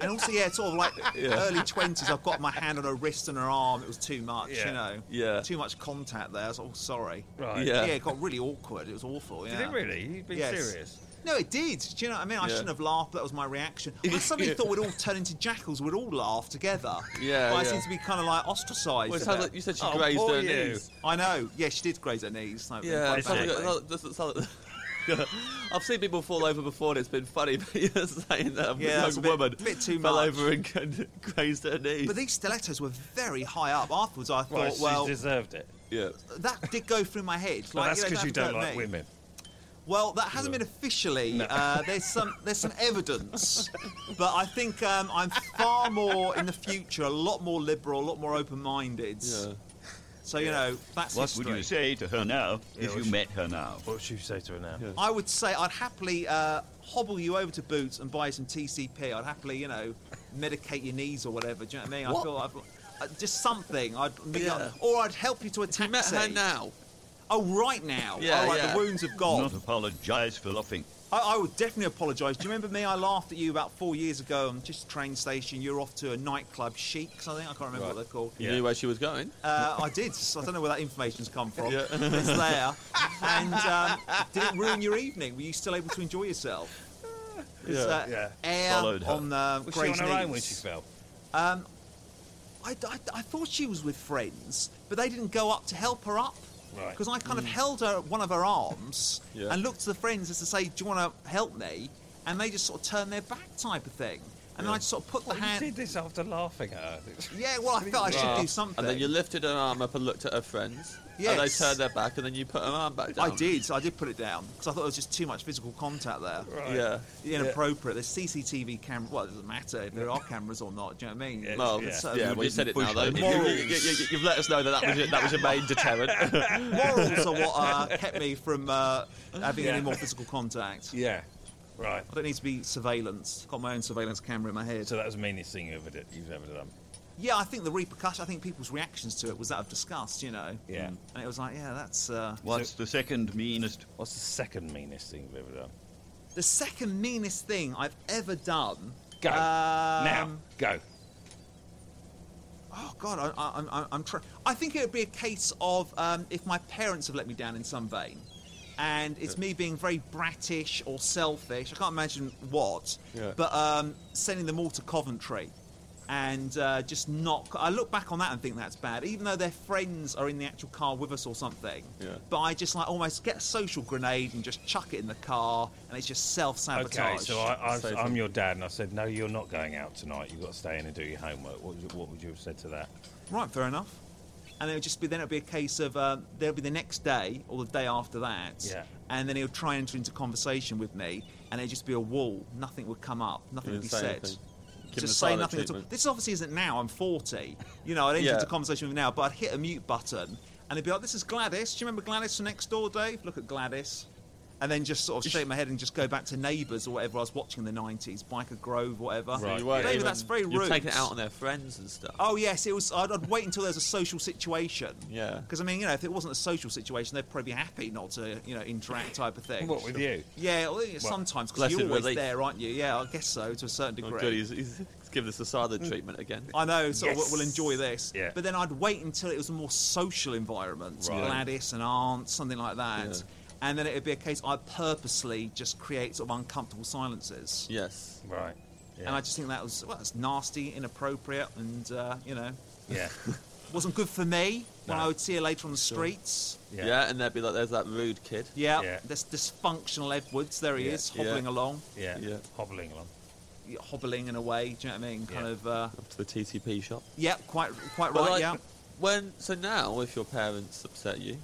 And also, yeah, it's sort of like early twenties. I've got my hand on her wrist and her arm. It was too much,
Yeah.
you know.
Yeah.
Too much contact there. I was like, oh, sorry.
Right.
Yeah.
Yeah. it got really awkward. It was awful. Yeah.
Did it really? You've been
Yes.
serious?
No, it did. Do you know what I mean?
Yeah.
I shouldn't have laughed. That was my reaction. I suddenly
Yeah.
thought we'd all turn into jackals. We'd all laugh together.
Yeah,
But I
yeah.
seem to be kind of like ostracised.
Well, it
a
sounds
bit.
like you said she
Oh,
grazed
poor
her
you.
knees.
I know. Yeah, she did graze her knees. No,
Yeah,
quite
it sounds like,
badly.
it sounds- it sounds like- Yeah. I've seen people fall over before and it's been funny, but you're saying that a
Yeah,
young
that's a bit-
woman
bit too
fell
much.
over and grazed her knees.
But these stilettos were very high up. Afterwards, I
Well,
thought,
she's
well,
deserved it.
yeah.
that did go through my head.
Well,
Like,
that's because
know,
you
don't
don't
hurt
like
me.
women.
Well, that hasn't been officially. Uh, there's some there's some evidence, but I think um, I'm far more in the future, a lot more liberal, a lot more open-minded.
Yeah.
So you know that's
What
history.
would you say to her now if you
what's-
met her now?
What should you say to her now?
I would say I'd happily uh, hobble you over to Boots and buy you some TCP. I'd happily, you know, medicate your knees or whatever. Do you know what I mean? I
What?
feel I've, uh, just something. I'd
Yeah.
or I'd help you to a taxi.
You met her now.
Oh, right now.
Yeah,
All right,
yeah.
the wounds have gone.
Not apologize for laughing.
I, I would definitely apologise. Do you remember me? I laughed at you about four years ago on just a train station. You're off to a nightclub, Chics, I think. I can't remember what they're called.
You knew where she was going.
Uh, I did. So I don't know where that information's come from.
Yeah.
It's there. And um, did it ruin your evening? Were you still able to enjoy yourself? Yeah.
yeah.
Air
Followed her.
on uh, the
Was she on
Grace
her own when
knees.
she fell?
I, I, I thought she was with friends, but they didn't go up to help her up.
Right.
Because I kind of held her one of her arms
Mm. Yeah.
and looked to the friends as to say, "Do you want to help me?" And they just sort of turned their back, type of thing. And then I just sort of put the
Oh, You
hand.
did this after laughing at her.
Yeah, well, I felt I should do something.
Ah. And then you lifted her arm up and looked at her friends. And they
Yes.
turned their back and then you put her arm back
I
down.
did. I did put it down because I thought there was just too much physical contact there.
Yeah.
Inappropriate. There's CCTV camera. Well, it doesn't matter if there are cameras or not. Do you know what I mean?
Well,
Yeah.
yeah,
So-
yeah we
you
said it
push
now, though.
her.
You, have let us know that that was your, that was your main deterrent.
morals are what uh, kept me from uh, having any more physical contact.
yeah. Right.
I don't need to be surveillance. Got my own surveillance camera in my head.
So that was the meanest thing you ever did, you've ever done.
yeah, I think the repercussion. I think people's reactions to it was that of disgust. You know.
Yeah.
And it was like, yeah, that's uh,
What's the second meanest?
What's the second meanest thing you've ever done?
the second meanest thing I've ever done.
Go. now.
Um,
Go.
Oh God, I, I, I'm- I'm, I'm trying. I think it would be a case of um, if my parents have let me down in some vein, and it's me being very brattish or selfish. I can't imagine what,
Yeah.
but um, sending them all to Coventry, and uh, just not. I look back on that and think that's bad, even though their friends are in the actual car with us or something.
Yeah.
But I just like almost get a social grenade and just chuck it in the car, and it's just self sabotage.
Okay, so I,
Safe.
I, I'm your dad, and I said, "No, you're not going out tonight. You've got to stay in and do your homework." What, would you- what would you have said to that?
Right, fair enough. And it would just be then it'll be a case of um, there'll be the next day or the day after that,
Yeah.
and then he'll try and enter into conversation with me, and it'd just be a wall. Nothing would come up. Nothing
You
would be
didn't say
said.
anything. Give him the
Just say
silent
nothing at all.
treatment.
This obviously isn't now. I'm 40. You know, I'd enter
Yeah.
into conversation with him now, but I'd hit a mute button, and he'd be like, "This is Gladys. Do you remember Gladys from next door, Dave? Look at Gladys." And then just sort of shake my head and just go back to Neighbours or whatever I was watching in the 90s, Biker Grove, whatever.
So you
David, that's very rude.
You're taking it out on their friends and stuff.
Oh yes, it was. I'd, I'd wait until there's a social situation.
Yeah.
Because I mean, you know, if it wasn't a social situation, they'd probably be happy not to, you know, interact type of thing.
What with you?
Yeah, well, yeah, sometimes because
blessed
you're always
relief.
there, aren't you? Yeah, I guess so to a certain
Oh,
degree.
good. He's, he's, he's given us the
Mm.
silent treatment again.
I know, so
Yes.
we'll, we'll enjoy this.
Yeah.
But then I'd wait until it was a more social environment,
Right.
Gladys and Aunt, something like that,
Yeah.
and then it'd be a case I purposely just create sort of uncomfortable silences,
Yes.
Right. Yeah.
and I just think that was well, that's nasty, inappropriate, and uh, you know,
yeah.
wasn't good for me when
No.
I would see her later on the streets.
Yeah.
Yeah. and they'd be like, "There's that rude kid."
Yeah,
Yeah.
this dysfunctional Edwards. There he
Yeah,
is, hobbling
yeah.
along,
yeah.
Yeah.
Hobbling along.
hobbling in a way. Do you know what I mean? Kind
Yeah.
of. Uh,
Up to the TTP shop.
yeah, quite, quite
But
right.
like,
yeah.
When so now, if your parents upset you,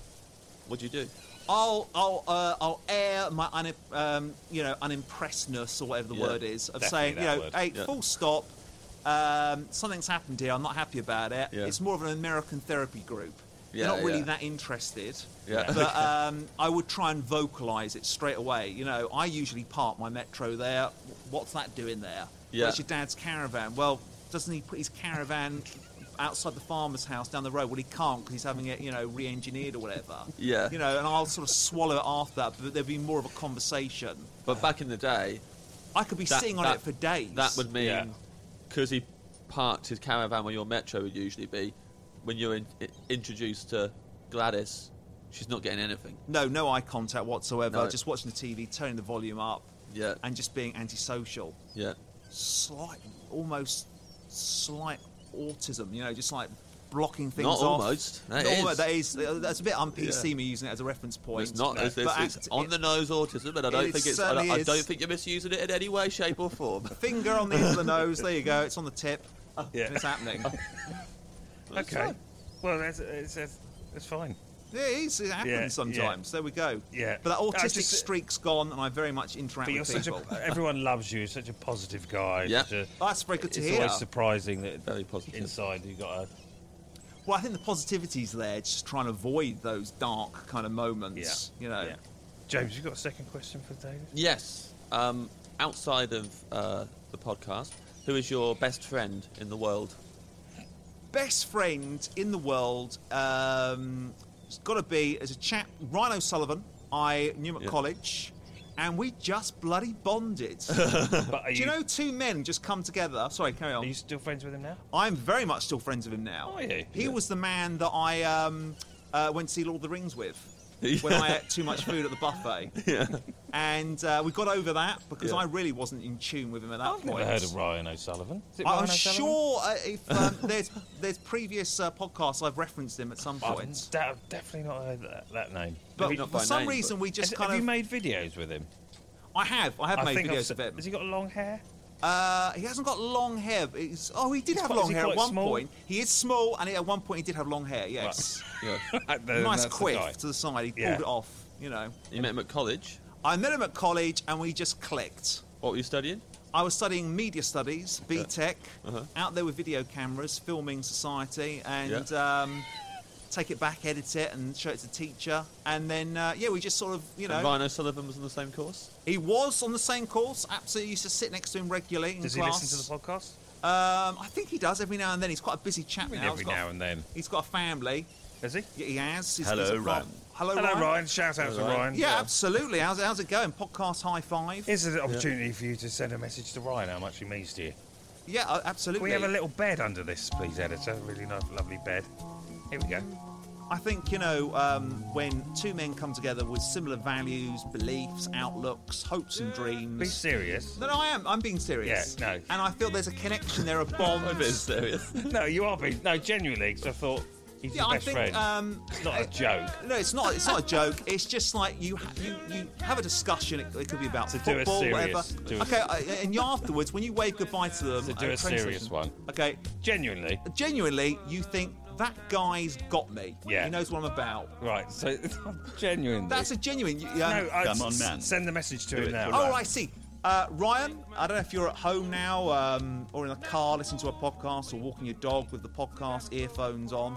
what do you do?
I'll, I'll, uh, I'll air my, un- um, you know, unimpressedness or whatever the
Yeah,
word is of
definitely
saying, you
that
know,
word.
hey,
Yeah.
full stop. Um, something's happened here. I'm not happy about it.
Yeah.
It's more of an American therapy group. They're
Yeah,
not really
yeah.
that interested.
Yeah.
but um, I would try and vocalise it straight away. You know, I usually park my metro there. What's that doing there?
Yeah.
Where's your dad's caravan? Well, doesn't he put his caravan outside the farmer's house down the road? Well, he can't because he's having it, you know, re-engineered or whatever.
Yeah.
You know, and I'll sort of swallow it after that, but there'd be more of a conversation.
but back in the day,
I could be
that-
sitting on
that-
it for days.
That would
Yeah.
mean because he parked his caravan where your metro would usually be. When you're in, i- introduced to Gladys, She's not getting anything.
No, no eye contact whatsoever.
No.
Just watching the TV, turning the volume up,
Yeah.
and just being antisocial.
Yeah.
Slight, almost slight autism. You know, just like blocking things
Not
off.
almost. That
Almo-
is.
that is. That's a bit un PC
Yeah.
me using it as a reference point.
It's not. It's, it's,
But
it's
act-
on the nose autism, and I don't
it
think it's. I
certainly
don't, I
is.
don't think you're misusing it in any way, shape, or form.
finger on the end of the nose. There you go. It's on the tip.
Yeah.
And it's happening.
Okay. Well, that's, that's, that's, that's fine.
Yeah, it, is, it happens
Yeah, yeah.
sometimes. There we go.
Yeah.
But that
I
autistic
just-
streak's gone, and I very much interact
But you're
with
such
people.
a, everyone loves you. You're such a positive guy.
Yeah.
such a-
Oh, that's very good to
it's
hear.
always surprising that
Very positive.
inside you got a
Well, I think the positivity's there, just trying to avoid those dark kind of moments. You know.
yeah. James, you got a second question for David?
Yes. Um, outside of uh, the podcast, who is your best friend in the world?
Best friend in the world. Um, it's got to be as a chap, Ryan O'Sullivan. I knew him at
Yeah.
college, and we just bloody bonded.
But are
Do you know two men just come together? Sorry, carry on.
Are you still friends with him now?
I'm very much still friends with him now.
Are you?
He
Yeah.
was the man that I um, uh, went to see Lord of the Rings with when I ate too much food at the buffet. Yeah. And uh, we got over that because
Yeah.
I really wasn't in tune with him at that
I've
point.
never heard of Ryan O'Sullivan. Is it oh
I'm
Ryan O'Sullivan?
sure uh, if um, there's there's previous uh, podcasts I've referenced him at some
I've
point.
da- definitely not heard that, that name.
But
Have you-
not
for
by
some
name,
reason
but-
we just
has-
kind
have
of
you made videos with him?
I have I have made
I've
videos
se-
of him.
Has he got long hair?
Uh, he hasn't got long hair. but He's, oh, he did have
quite- is
long
he
hair at
quite
one
small?
point. He is small, and at one point he did have long hair. Yes. nice quiff to the side. He
Yeah.
pulled it off, you know.
You met him at college.
I met him at college and we just clicked.
What were you studying?
I was studying media studies, BTEC,
Uh-huh.
out there with video cameras, filming society, and um, take it back, edit it, and show it to the teacher. And then, uh, yeah, we just sort of, you know,
And Ryan O'Sullivan was on the same course.
he was on the same course. Absolutely used to sit next to him regularly in
Does he
class.
listen to the podcast?
Um, I think he does every now and then. He's quite a busy chap
I mean,
now.
every
He's got-
now and then.
He's got a family.
Does he?
Yeah, He has. He's-
Hello,
he's a-
Ryan.
Hello,
Hello,
Ryan.
Ryan. Shout out to Ryan.
Yeah, absolutely. How's, how's it going? Podcast high five.
Here's an opportunity for you to send a message to Ryan how much he means to you.
yeah, uh, absolutely.
Can we have a little bed under this, please, editor? A really nice, lovely bed. Here we go.
I think, you know, um, when two men come together with similar values, beliefs, outlooks, hopes, and
Be
dreams.
serious.
No, no, I am. I'm being serious.
Yeah, no.
And I feel there's a connection there, a bond.
I'm being serious.
No, you are being. No, genuinely, because I thought he's
yeah,
your
I
best
think.
friend.
Um,
it's not a joke.
no, it's not. It's not a joke. It's just like you ha- you, you have a discussion. It, it could be about
To do a
football,
serious-
whatever.
do a-
okay, I, and you afterwards, when you wave goodbye to them,
To
at
do a
train station-
serious one.
Okay,
Genuinely.
genuinely, you think that guy's got me.
Yeah.
he knows what I'm about.
Right, so genuinely.
That's a genuine. you- Um,
no, I
Come on, man.
Send the message to
Do
him
it.
now.
All
Oh,
Ryan.
I see. Uh, Ryan, I don't know if you're at home now um, or in a car listening to a podcast or walking your dog with the podcast earphones on.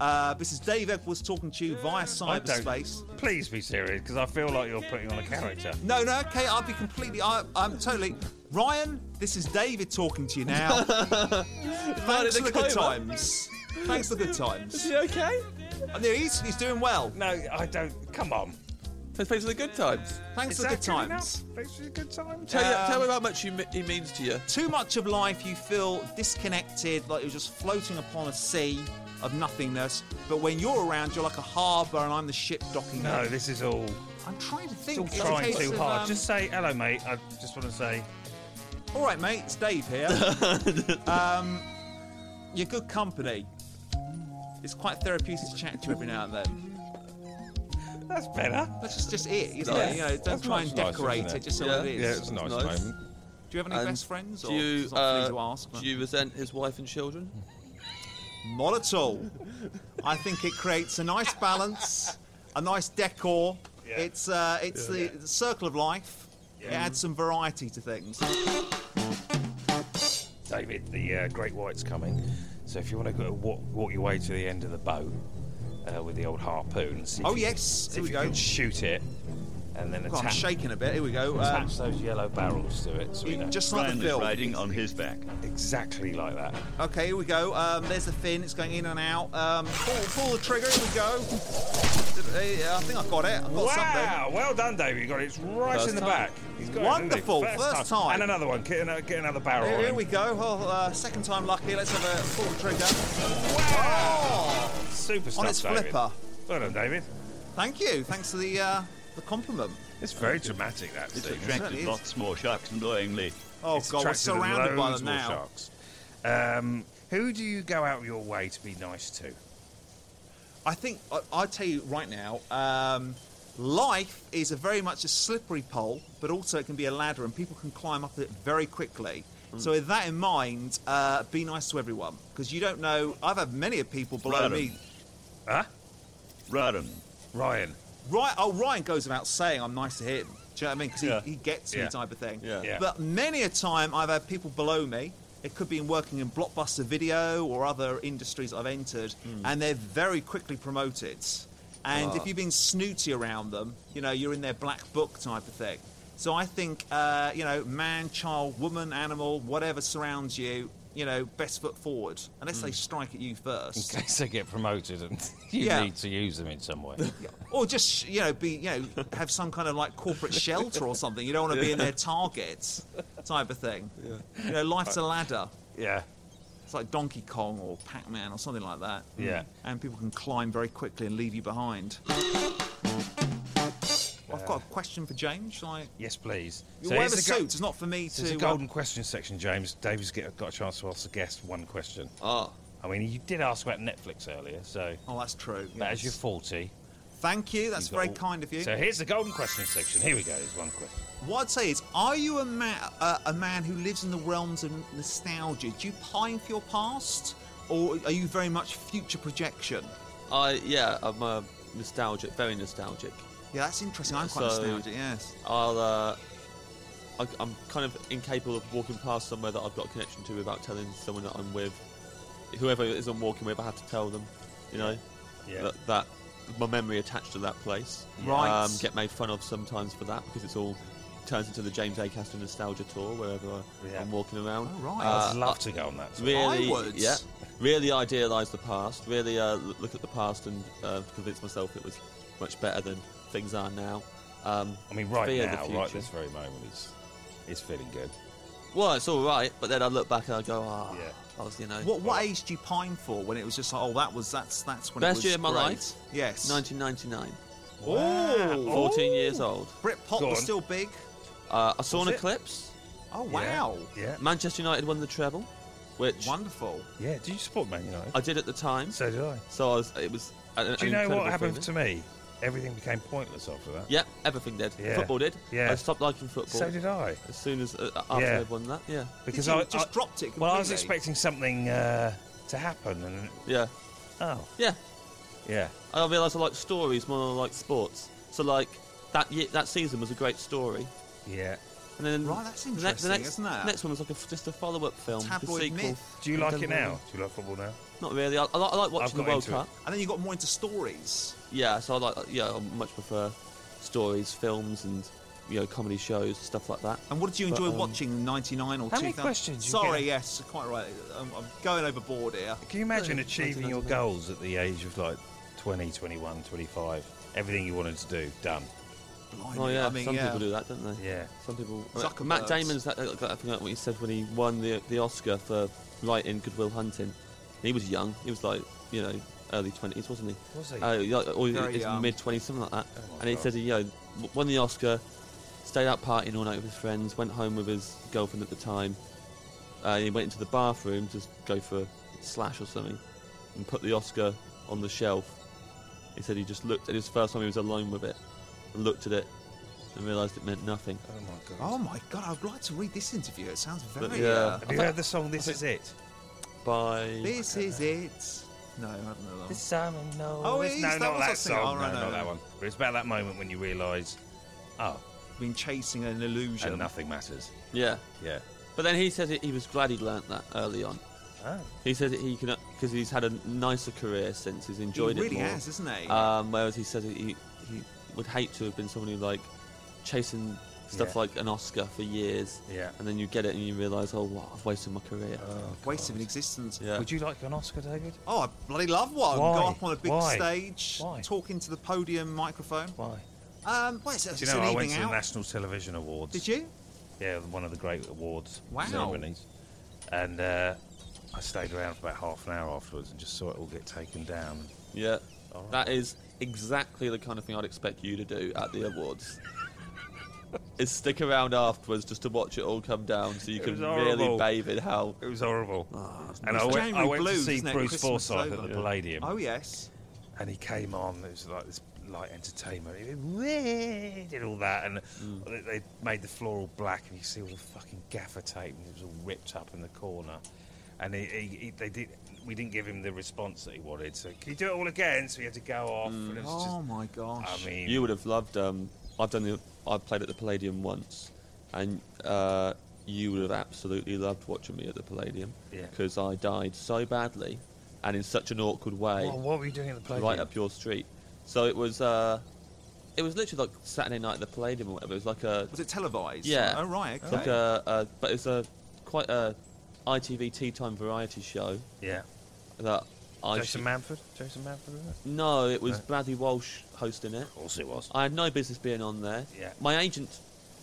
Uh, this is Dave Edwards talking to you via
I don't-
cyberspace.
Please be serious, because I feel like you're putting on a character.
No, no, okay, I'll be completely. I, I'm totally. Ryan, this is David talking to you now. Thanks for
in a
the good
coma.
times. Thanks for the good times.
you okay?
Oh, no, he's, he's doing well.
No, I don't. Come on.
Let's play for the good times.
Thanks for the good times.
Thanks for the good times.
Tell, you,
Um,
tell him how much you, me- he means to you.
too much of life you feel disconnected like you're just floating upon a sea of nothingness but when you're around you're like a harbour and i'm the ship docking
No,
it.
this is all.
i'm trying to
It's
think
all
It's a
trying
case
too
of,
hard.
um,
Just say hello, mate. I just want to say.
all right mate it's dave here um, you're good company it's quite therapeutic to chat to every now and then
That's better.
that's just, just it isn't
Nice.
it you know don't
That's
try
much
and
nicer,
decorate
isn't
it?
it?
just so
Yeah.
what it is
Yeah, it's nice Nice.
moment.
do you have any
And
best friends or
do you,
it's not for
uh,
me to ask but-
do you resent his wife and children?
Not at all. I think it creates a nice balance, a nice decor.
Yeah.
It's uh, it's the, the circle of life. It adds some variety to things.
David, the uh, Great White's coming. So if you want to go walk, walk your way to the end of the bow uh, with the old harpoon, see if
Oh,
you
yes,
see
here
if
we
you
go.
can shoot it, and then
God, I'm
attach,
shaking a bit. Here we go. Um,
attach those yellow barrels to it. So we know
just like
Ryan
the
is
film.
riding on his back.
exactly like that.
Okay, here we go. Um, there's the fin. It's going in and out. Um, pull, pull the trigger. Here we go. Uh, I think I got it. I've got
Wow! Well done, David. You got it. It's right
First
in the
time.
back. He's got
Wonderful.
It, hasn't he?
First time.
And another one. Get another, get another barrel.
something. Here,
on
here
him.
we go. Well, uh, second time lucky. Let's have a pull the trigger. Oh,
Wow! Super stuff,
its
David.
flipper.
Well done, David.
Thank you. Thanks for the uh, the compliment.
It's very dramatic, that
It's
scene.
attracted
is.
lots more sharks annoyingly.
Oh
It's
god, we're
attracted
surrounded by
loads
them
more
now.
Sharks. Um, who do you go out of your way to be nice to?
I think I, I tell you right now, um, life is a very much a slippery pole, but also it can be a ladder, and people can climb up it very quickly.
Hmm.
So with that in mind, uh, be nice to everyone because you don't know. I've had many of people below
Right.
me.
Huh?
Raren.
Ryan.
Right, oh Ryan goes about saying I'm nice to him. Do you know what I mean? Because he,
Yeah.
he gets me
Yeah.
type of thing.
Yeah.
Yeah.
But many a time I've had people below me. It could be in working in blockbuster video or other industries I've entered, and they're very quickly promoted. And if you've been snooty around them, you know you're in their black book type of thing. So I think uh, you know, man, child, woman, animal, whatever surrounds you, you know, best foot forward, unless they strike at you
In
first.
case they get promoted and you
Yeah.
need to use them in some way.
Or just you know be you know have some kind of like corporate shelter or something. You don't want to be in their targets type of thing. You know, life's a ladder.
Yeah.
It's like Donkey Kong or Pac Man or something like that.
Yeah.
And people can climb very quickly and leave you behind. I've got a question for James. Shall I?
Yes, please.
You're wearing a
here's the go-
suit. It's not for me
So it's
to.
a
uh,
golden question section, James. David's get, got a chance to ask the guest one question.
Ah,
I mean, you did ask about Netflix earlier, so
oh, that's true.
But
yes.
as you're 40,
Thank you. That's
you've got
very
all-
kind of you.
So here's the golden question section. Here we go. There's one question.
What I'd say is, are you a, ma- uh, a man who lives in the realms of nostalgia? Do you pine for your past, or are you very much future projection?
I yeah, I'm uh, nostalgic, very nostalgic.
Yeah, that's interesting. I'm quite
So-
nostalgic. Yes.
I'll uh, I, I'm kind of incapable of walking past somewhere that I've got a connection to without telling someone that I'm with. Whoever it is I'm walking with, I have to tell them, you know,
Yeah.
that, that my memory attached to that place.
Right.
Um, get made fun of sometimes for that because it's all turns into the James Acaster nostalgia tour wherever I,
Yeah.
I'm walking around.
Oh, right.
I'd
Uh,
love to go on that. tour.
really,
I would.
yeah, really idealise the past. Really uh, l- look at the past and uh, convince myself it was much better than things are now. Um,
I mean, right
fear the
now, right
future.
this very moment, it's, it's feeling good.
Well, it's all right, but then I look back and I go, ah,
Yeah.
I was, you know,
What what age do you pine for when it was just like, oh, that was that's that's when it
Best
was
year of my
great.
life.
Yes.
1999,
Oh,
14 years old.
Britpop
Go
was
on.
still big.
Uh, I saw an
Was it?
eclipse.
Oh wow,
Yeah.
Manchester United won the treble, which
wonderful.
Yeah. Do you support Man United?
I did at the time. So,
so did I.
I was, it was. An,
Do you know what happened to me? Everything became pointless after that.
Yeah, everything did.
Yeah.
Football did.
Yeah.
I stopped liking football.
So did I.
As soon as uh, after
Yeah.
I won that, yeah,
Because
you?
I
Just
I-
dropped it
Well, I was
completely.
expecting something uh, to happen, and
yeah,
oh,
yeah.
yeah,
I realised I like stories more than I like sports. So like that year, that season was a great story.
yeah.
And then
Right, that's
the next, the
interesting,
next,
isn't it?
next one was like a f just a follow-up film, like a
Tabloid
sequel.
myth.
Do you
I've
like
done
it
that.
now? Do you like football now?
Not really. I, I, like, I like watching the
got
World
into it.
Cup.
And then you got more into stories.
Yeah, so I like yeah, I much prefer stories, films, and you know comedy shows, stuff like that.
And what did you
But,
enjoy
um,
watching in 99 or
how
2000?
many questions you
Sorry,
get?
yes, quite right. I'm, I'm going overboard here.
Can you imagine
No,
achieving your
1999.
goals at the age of like 20, 21, 25? Everything you wanted to do, done.
Blimey.
Oh yeah,
I mean,
some
yeah.
people do that, don't they?
Yeah.
Some people. uh,
Zuckerbergs.
Matt Damon's that, that, that- I forgot what he said when he won the the Oscar for writing Goodwill Hunting. He was young. He was like you know early twenties, wasn't he?
Was he?
Uh, yeah, or
Very um, Oh
his
young.
mid twenties, something like that.
my
and he
God.
said he you know w- won the Oscar, stayed out partying all night with his friends, went home with his girlfriend at the time. Uh, he went into the bathroom to s- go for a slash or something, and put the Oscar on the shelf. He said he just looked at his first time he was alone with it, and looked at it, and realised it meant nothing.
Oh my god.
Oh my god, I'd like to read this interview. It sounds very.
yeah.
uh,
Have you heard the song "This Is It"?
By
this is it. No, I don't know. that one.
This time I know.
Oh,
it's-
it is.
no,
that
not
was
that
us singing.
song.
Oh, right,
no,
no,
not that
no.
one. But it's about that moment when you realise, oh,
Been chasing an illusion.
and nothing matters.
yeah.
Yeah.
But then he said that he was glad he learnt that early on.
Ah.
Oh.
He said that he can because he's had a nicer career since he's
He
enjoyed
really
it more.
has, isn't he?
Um, whereas he said that he he would hate to have been someone who like chasing stuff
Yeah.
like an Oscar for years.
Yeah. Oh.
And then you get it and you realise, oh, wow, I've wasted my career.
Waste of an existence.
yeah.
Would you like an Oscar, David?
Oh, I bloody love one. Go
Why?
up on a big
Why?
stage,
Why?
talking to the podium microphone.
Why?
Um, well, it's,
Do
it's
you know
an
I
evening
went to the
out.
National Television Awards?
Did you?
Yeah, one of the great awards
Wow.
ceremonies. And uh, I stayed around for about half an hour afterwards and just saw it all get taken down.
yeah. That is exactly the kind of thing I'd expect you to do at the awards. is stick around afterwards just to watch it all come down, so you
It
can
was
really
horrible.
bathe in how
It was horrible. and
Ah, It's
I went, I
January
went to
blues,
see
isn't it?
Bruce
Christmas is
Forsyth
over.
at the Palladium.
Oh yes.
And he came on. It was like this light entertainment. He went, "Whee," did all that, and
Mm.
they- they made the floor all black, and you see all the fucking gaffer tape, and it was all ripped up in the corner. And he, he, he they did. We didn't give him the response that he wanted. So can you do it all again? So he had to go off. And it was
Oh
just,
my gosh.
I mean,
You would have loved. Um, I've done the. I've played at the Palladium once, and uh, you would have absolutely loved watching me at the Palladium.
Yeah.
Because I died so badly, and in such an awkward way,
Oh,
well, what were you doing at the Palladium?
right up your street. So it was. Uh, it was literally like Saturday night at the Palladium or whatever. It was like a.
Was it televised?
Yeah.
Oh right.
It's
Okay.
like uh, a, a. But it's a quite a ITV tea time variety show
Yeah.
that I.
Jason
should-
Manford. Jason Manford. was it?
no, it was Bradley Walsh hosting it.
Of course it was.
I had no business being on there.
Yeah.
My agent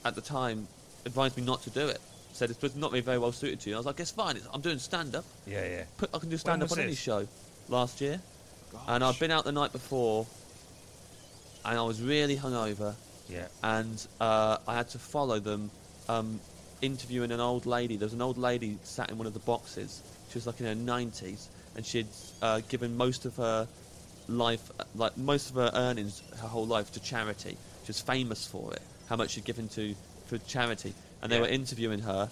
at the time advised me not to do it. Said it's not really very well suited to you. I was like, it's fine. It's, I'm doing stand up.
Yeah, yeah.
Put, I can do
When
stand up on
was
any
this?
show. Last year, and I'd been out the night before, and I was really hungover,
Yeah.
and uh, I had to follow them um, interviewing an old lady. There was an old lady sat in one of the boxes. She was like in her 90s, and she had uh, given most of her life, like most of her earnings, her whole life to charity. She was famous for it, how much she'd given to for charity. And they
Yeah.
were interviewing her,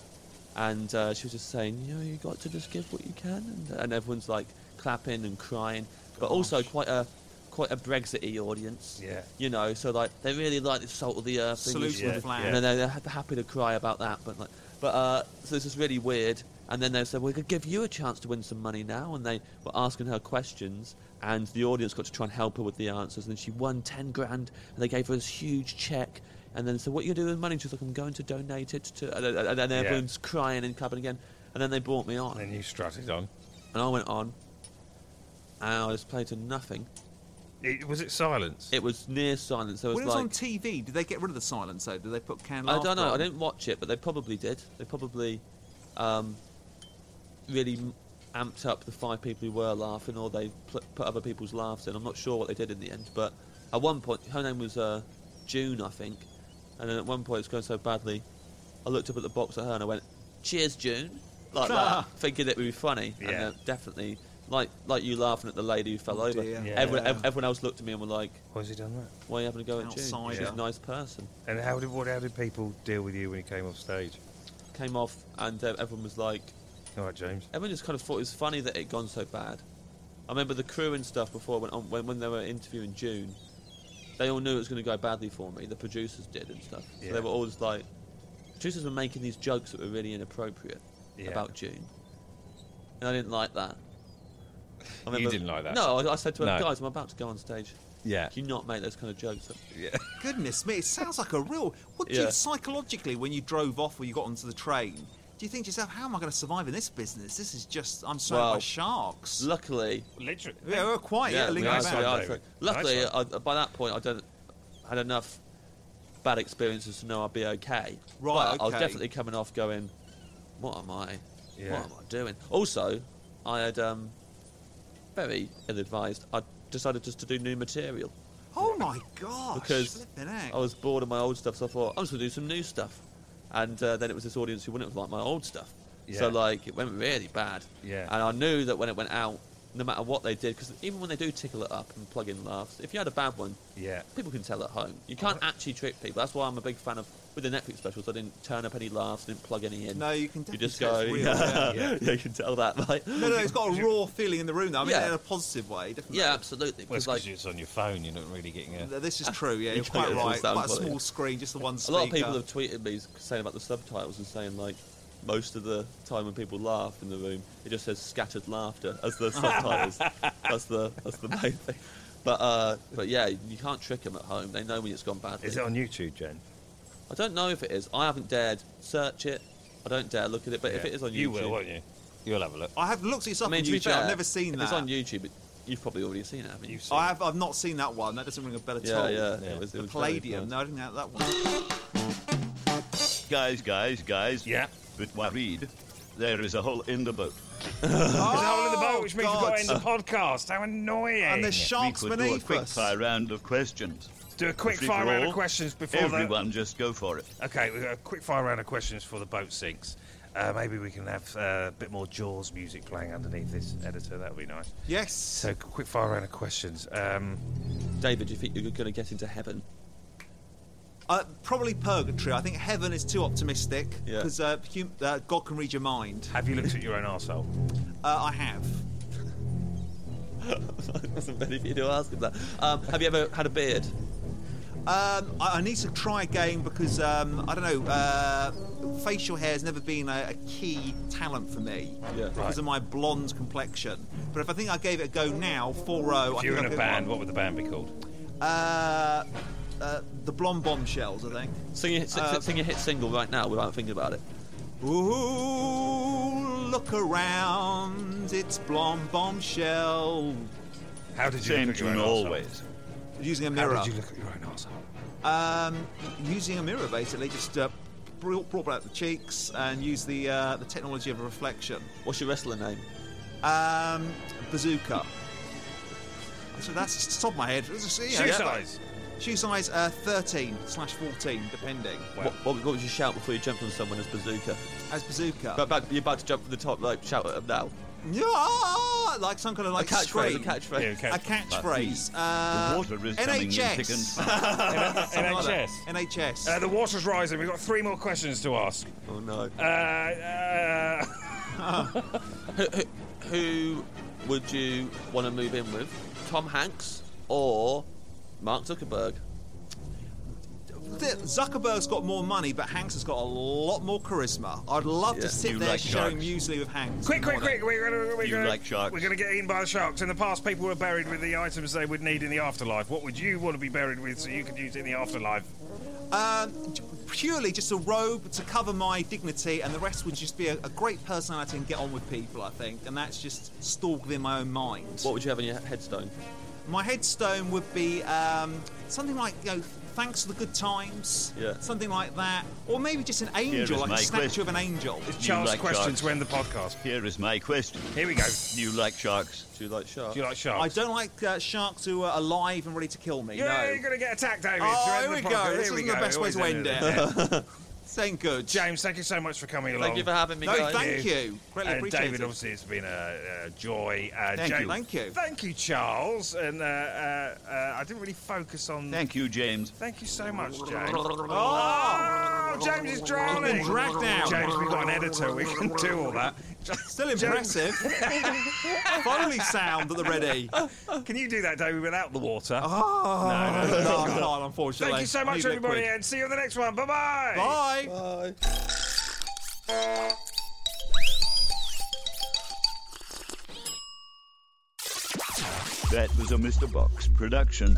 and uh, she was just saying, you know, you got to just give what you can, and, and everyone's like clapping and crying, but also quite a quite a Brexit-y audience.
Yeah.
you know, so like they really like the salt of the earth thing.
Salute
Yeah,
the flag.
yeah.
And then they're ha- happy to cry about that, but like, but uh, so this is really weird. And then they said, "We could give you a chance to win some money now." And they were asking her questions, and the audience got to try and help her with the answers. And then she won ten grand, and they gave her this huge check. And then said, "What are you gonna do with the money?" She's like, "I'm going to donate it to," and, and, and everyone's crying and clapping again. And then they brought me on,
And then you strutted on.
and I went on, and I just played to nothing.
It, was it silence?
It was near silence. There was
When it was
like
on TV, did they get rid of the silence though? Did they put candle?
I don't
after
know. I
on?
didn't watch it, but they probably did. They probably um, really m- amped up the five people who were laughing, or they pl- put other people's laughs in. I'm not sure what they did in the end, but at one point, her name was uh, June, I think, and then at one point, it's going so badly. I looked up at the box at her and I went, "Cheers, June," like that, thinking it would be funny, and
Yeah.
uh, definitely. Like, like you laughing at the lady who fell over.
dear.
Everyone, ev- everyone else looked at me and were like,
Why has he done that?
"Why are you having a go at June? She's
Outsider.
a nice person."
And how did what? How did people deal with you when you came off stage?
Came off, and uh, everyone was like,
All right, James.
everyone just kind of thought it was funny that it had gone so bad. I remember the crew and stuff before I went on when, when they were interviewing June, they all knew it was going to go badly for me. The producers did and stuff. So
Yeah.
they were always like, producers were making these jokes that were really inappropriate
Yeah.
about June, and I didn't like that. I
didn't like that?
No, I, I said to them,
No.
guys, I'm about to go on stage.
Yeah.
Can you not make those kind of jokes? up?"
Goodness me, it sounds like a real. What do
Yeah.
you psychologically when you drove off or you got onto the train? Do you think to yourself, how am I going to survive in this business? This is just I'm surrounded
Well,
by sharks.
Luckily,
Literally.
yeah, we're quite yeah,
we
lingering
are,
about.
so we are,
Nice
so-
one.
Luckily,
Nice
I, by that point, I don't had enough bad experiences to know I'd be okay.
Right,
But I was
okay.
definitely coming off going, "What am I?
Yeah.
What am I doing?" Also, I had um, very ill-advised. I decided just to do new material
Oh my gosh!
because
Flipping heck.
I was bored of my old stuff, so I thought I'm just gonna do some new stuff. And uh, then it was this audience who wouldn't have liked my old stuff.
Yeah.
So like it went really bad.
Yeah.
And I knew that when it went out, no matter what they did, because even when they do tickle it up and plug in laughs, if you had a bad one,
Yeah.
people can tell at home. You can't
Oh.
actually trick people. That's why I'm a big fan of with the Netflix specials. I didn't turn up any laughs, didn't plug any in.
No, you can
you
definitely
just
tell
go.
it's real,
yeah.
yeah.
you can tell that, right?
no, no, it's got a raw feeling in the room though. I mean,
Yeah.
in a positive way, definitely.
Yeah, absolutely.
Well, it's
Because
because
like
it's on your phone. You're not really getting a.
Th- This is true. Yeah,
You
you're
can't get
quite
a full
right.
sound
Quite a
quality.
small screen, just the one
A
speaker.
lot of people have tweeted me saying about the subtitles and saying like most of the time when people laugh in the room, it just says scattered laughter as the subtitles. that's the that's the main thing. But uh, but yeah, you can't trick them at home. They know when it's gone badly.
Is it on YouTube, Jen?
I don't know if it is. I haven't dared search it. I don't dare look at it. But if
Yeah.
it is on YouTube,
You will, won't you? You'll have a look.
I have looked this
I
up
mean,
on
to be
YouTube.
fair,
I've never seen
if
that.
It's on YouTube. It, you've probably already seen it, haven't you?
I have. I've not seen that one. That doesn't ring a bell at
Yeah,
all.
yeah,
Yeah.
It was, it
The
was very
Palladium.
bad.
No, I didn't know that one.
Guys, guys, guys.
Yeah.
With my read. There is a hole in the boat.
There's a
Oh,
hole in the boat, which means we've got to end the
God.
podcast. How annoying!
we could do a quick fire round of questions.
Do a quick
If we
fire
could
round of
all-
questions before the-
everyone just go for it.
Okay, we've got a quick fire round of questions before the boat sinks. Uh, maybe we can have uh, a bit more Jaws music playing underneath this editor. That would be nice.
Yes.
So, quick fire round of questions. Um,
David, do you think you're going to get into heaven?
Uh, probably purgatory. I think heaven is too optimistic
Yeah.
because uh, hum- uh, God can read your mind.
Have you looked at your own arsehole?
Uh, I have.
wasn't ready for you to ask him that. Um, have you ever had a beard?
Um, I, I need to try again because um, I don't know. Uh, facial hair has never been a, a key talent for me
Yeah.
because
Right.
of my blonde complexion. But if I think I gave it a go now, four oh, row.
if you were in a band, what would the band be called?
Uh, uh, the blonde bombshells, I think.
Sing your, sing,
Uh,
sing your hit single right now without thinking about it.
Ooh, look around, it's blonde bombshell.
How did you
Same
look at your
tune
own arsehole?
always.
Using a
How
mirror.
did you look at your own arsehole?
Um, using a mirror, basically, just uh, brought, brought out the cheeks and use the uh, the technology of a reflection.
What's your wrestler name?
Um, bazooka. So that's just top of my head.
Shoe size.
Shoe size uh, 13 slash 14, depending.
What, what, what would you shout before you jumped on someone as bazooka?
As bazooka.
But about- you're about to jump from the top rope. Shout it up now.
Yeah, like some kind of like
a catchphrase. A
scream.
catchphrase.
Yeah,
A catchprise. Uh,
the water is coming in thick and
NHS.
fast.
Something like that.
NHS.
NHS.
Uh, the water's rising. We've got three more questions to ask.
Oh no.
Uh, uh,
Who would you want to move in with? Tom Hanks or Mark Zuckerberg?
Th- Zuckerberg's got more money, but Hanks has got a lot more charisma. I'd love
Yeah,
to sit
you
there
like
sharing
sharks.
muesli with Hanks.
quick,
in the
quick,
morning.
quick! We're gonna, we're
You
gonna,
like sharks.
We're gonna get eaten by the sharks. In the past, people were buried with the items they would need in the afterlife. What would you want to be buried with so you could use it in the afterlife?
Um, j- purely just a robe to cover my dignity, and the rest would just be a, a great personality and get on with people, I think. And that's just stalled within my own mind.
What would you have on your headstone?
My headstone would be um, something like, you know, thanks for the good times.
Yeah.
Something like that. Or maybe just an
is
angel, like
my
a statue
question.
of an angel.
It's
You
Charles'
like
questions
sharks.
to end the podcast.
Here is my question.
Here we go.
Do you like sharks?
Do you like sharks?
Do you like sharks?
I don't like uh, sharks who are alive and ready to kill me.
Yeah,
no.
you're gonna get attacked, David.
Oh,
to end
here
the
we
podcast.
go. This
Here we
isn't the
go.
best way
Always
to end it.
Yeah.
Thank good.
James, thank you so much for coming along.
Thank you for having me,
No,
guys.
thank you. Greatly
and
appreciate
David,
it.
obviously, it's been a, a joy. Uh,
Thank you,
James-
thank you.
Thank you, Charles. And uh, uh, uh, I didn't really focus on.
Thank you, James.
Thank you so much, James. Oh, James is drowning.
He's been dragged out.
James, we've got an editor. We can do all that.
Still impressive. Foley sound at the ready. Oh,
Can you do that, David, without the water?
no, I can't, unfortunately.
Thank you so
I
much,
Uh-huh. need
everybody,
liquid.
and see you on the next one. Bye-bye.
Bye.
That was a Mr. Box production.